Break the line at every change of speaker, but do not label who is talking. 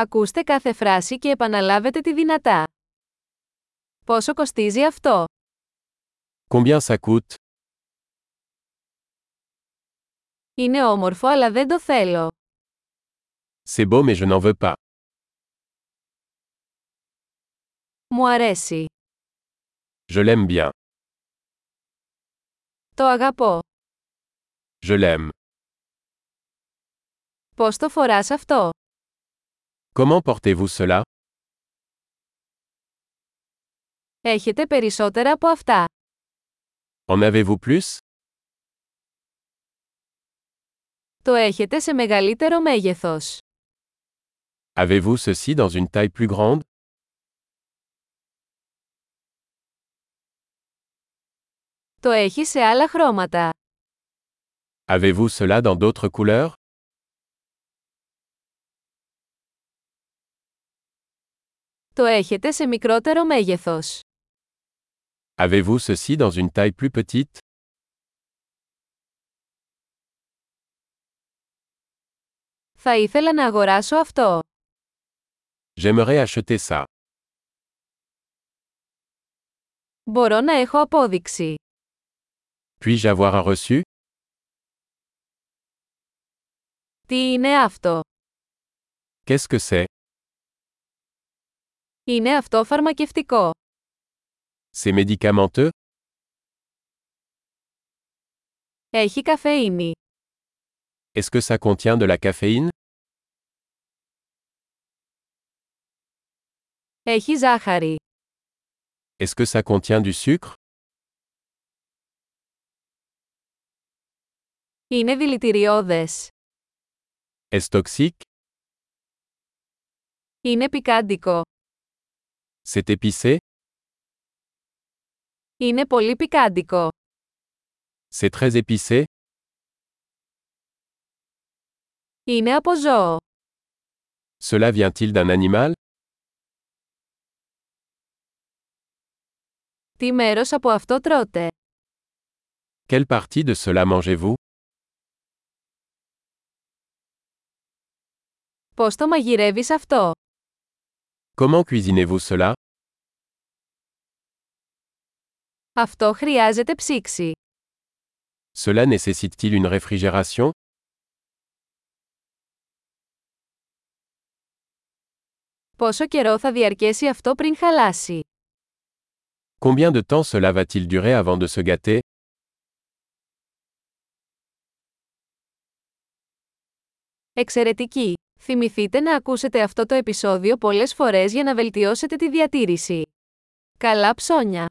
Ακούστε κάθε φράση και επαναλάβετε τη δυνατά. Πόσο κοστίζει αυτό?
Combien ça coûte
Είναι όμορφο αλλά δεν το θέλω.
C'est beau mais je n'en veux pas.
Μου αρέσει.
Je l'aime bien.
Το αγαπώ.
Je l'aime.
Πώς το φοράς αυτό?
Comment portez-vous cela
Έχετε περισσότερα από αυτά.
En avez-vous plus
Το έχετε σε μεγαλύτερο μέγεθος.
Avez-vous ceci dans une taille plus grande
Το έχει σε άλλα χρώματα.
Avez-vous cela dans d'autres couleurs
Το έχετε σε μικρότερο μέγεθος.
Avez-vous ceci dans une taille plus petite
Θα ήθελα να αγοράσω αυτό.
J'aimerais acheter ça.
Μπορώ να έχω απόδειξη.
Puis-je avoir un reçu
Τι είναι αυτό?
Qu'est-ce que c'est
Είναι αυτό φαρμακευτικό.
C'est médicamenteux
Έχει καφεΐνη.
Est-ce que ça contient de la caféine
Έχει ζάχαρη.
Est-ce que ça contient du sucre
Είναι δηλητηριώδες.
Est-ce toxique
Είναι πικάντικο.
C'est épicé
Είναι πολύ πικάντικο.
C'est très épicé
Είναι από ζώο.
Cela vient-il d'un animal
Τι μέρος από αυτό τρώτε?
Quelle partie de cela mangez-vous
Πώς το μαγειρεύεις αυτό?
Comment cuisinez-vous cela
Αυτό χρειάζεται ψήξη.
Cela nécessite-t-il une réfrigération
Πόσο καιρό θα διαρκέσει αυτό πριν χαλάσει?
Combien de temps cela va-t-il durer avant de se gâter
Εξαιρετική! Θυμηθείτε να ακούσετε αυτό το επεισόδιο πολλές φορές για να βελτιώσετε τη διατήρηση. Καλά ψώνια!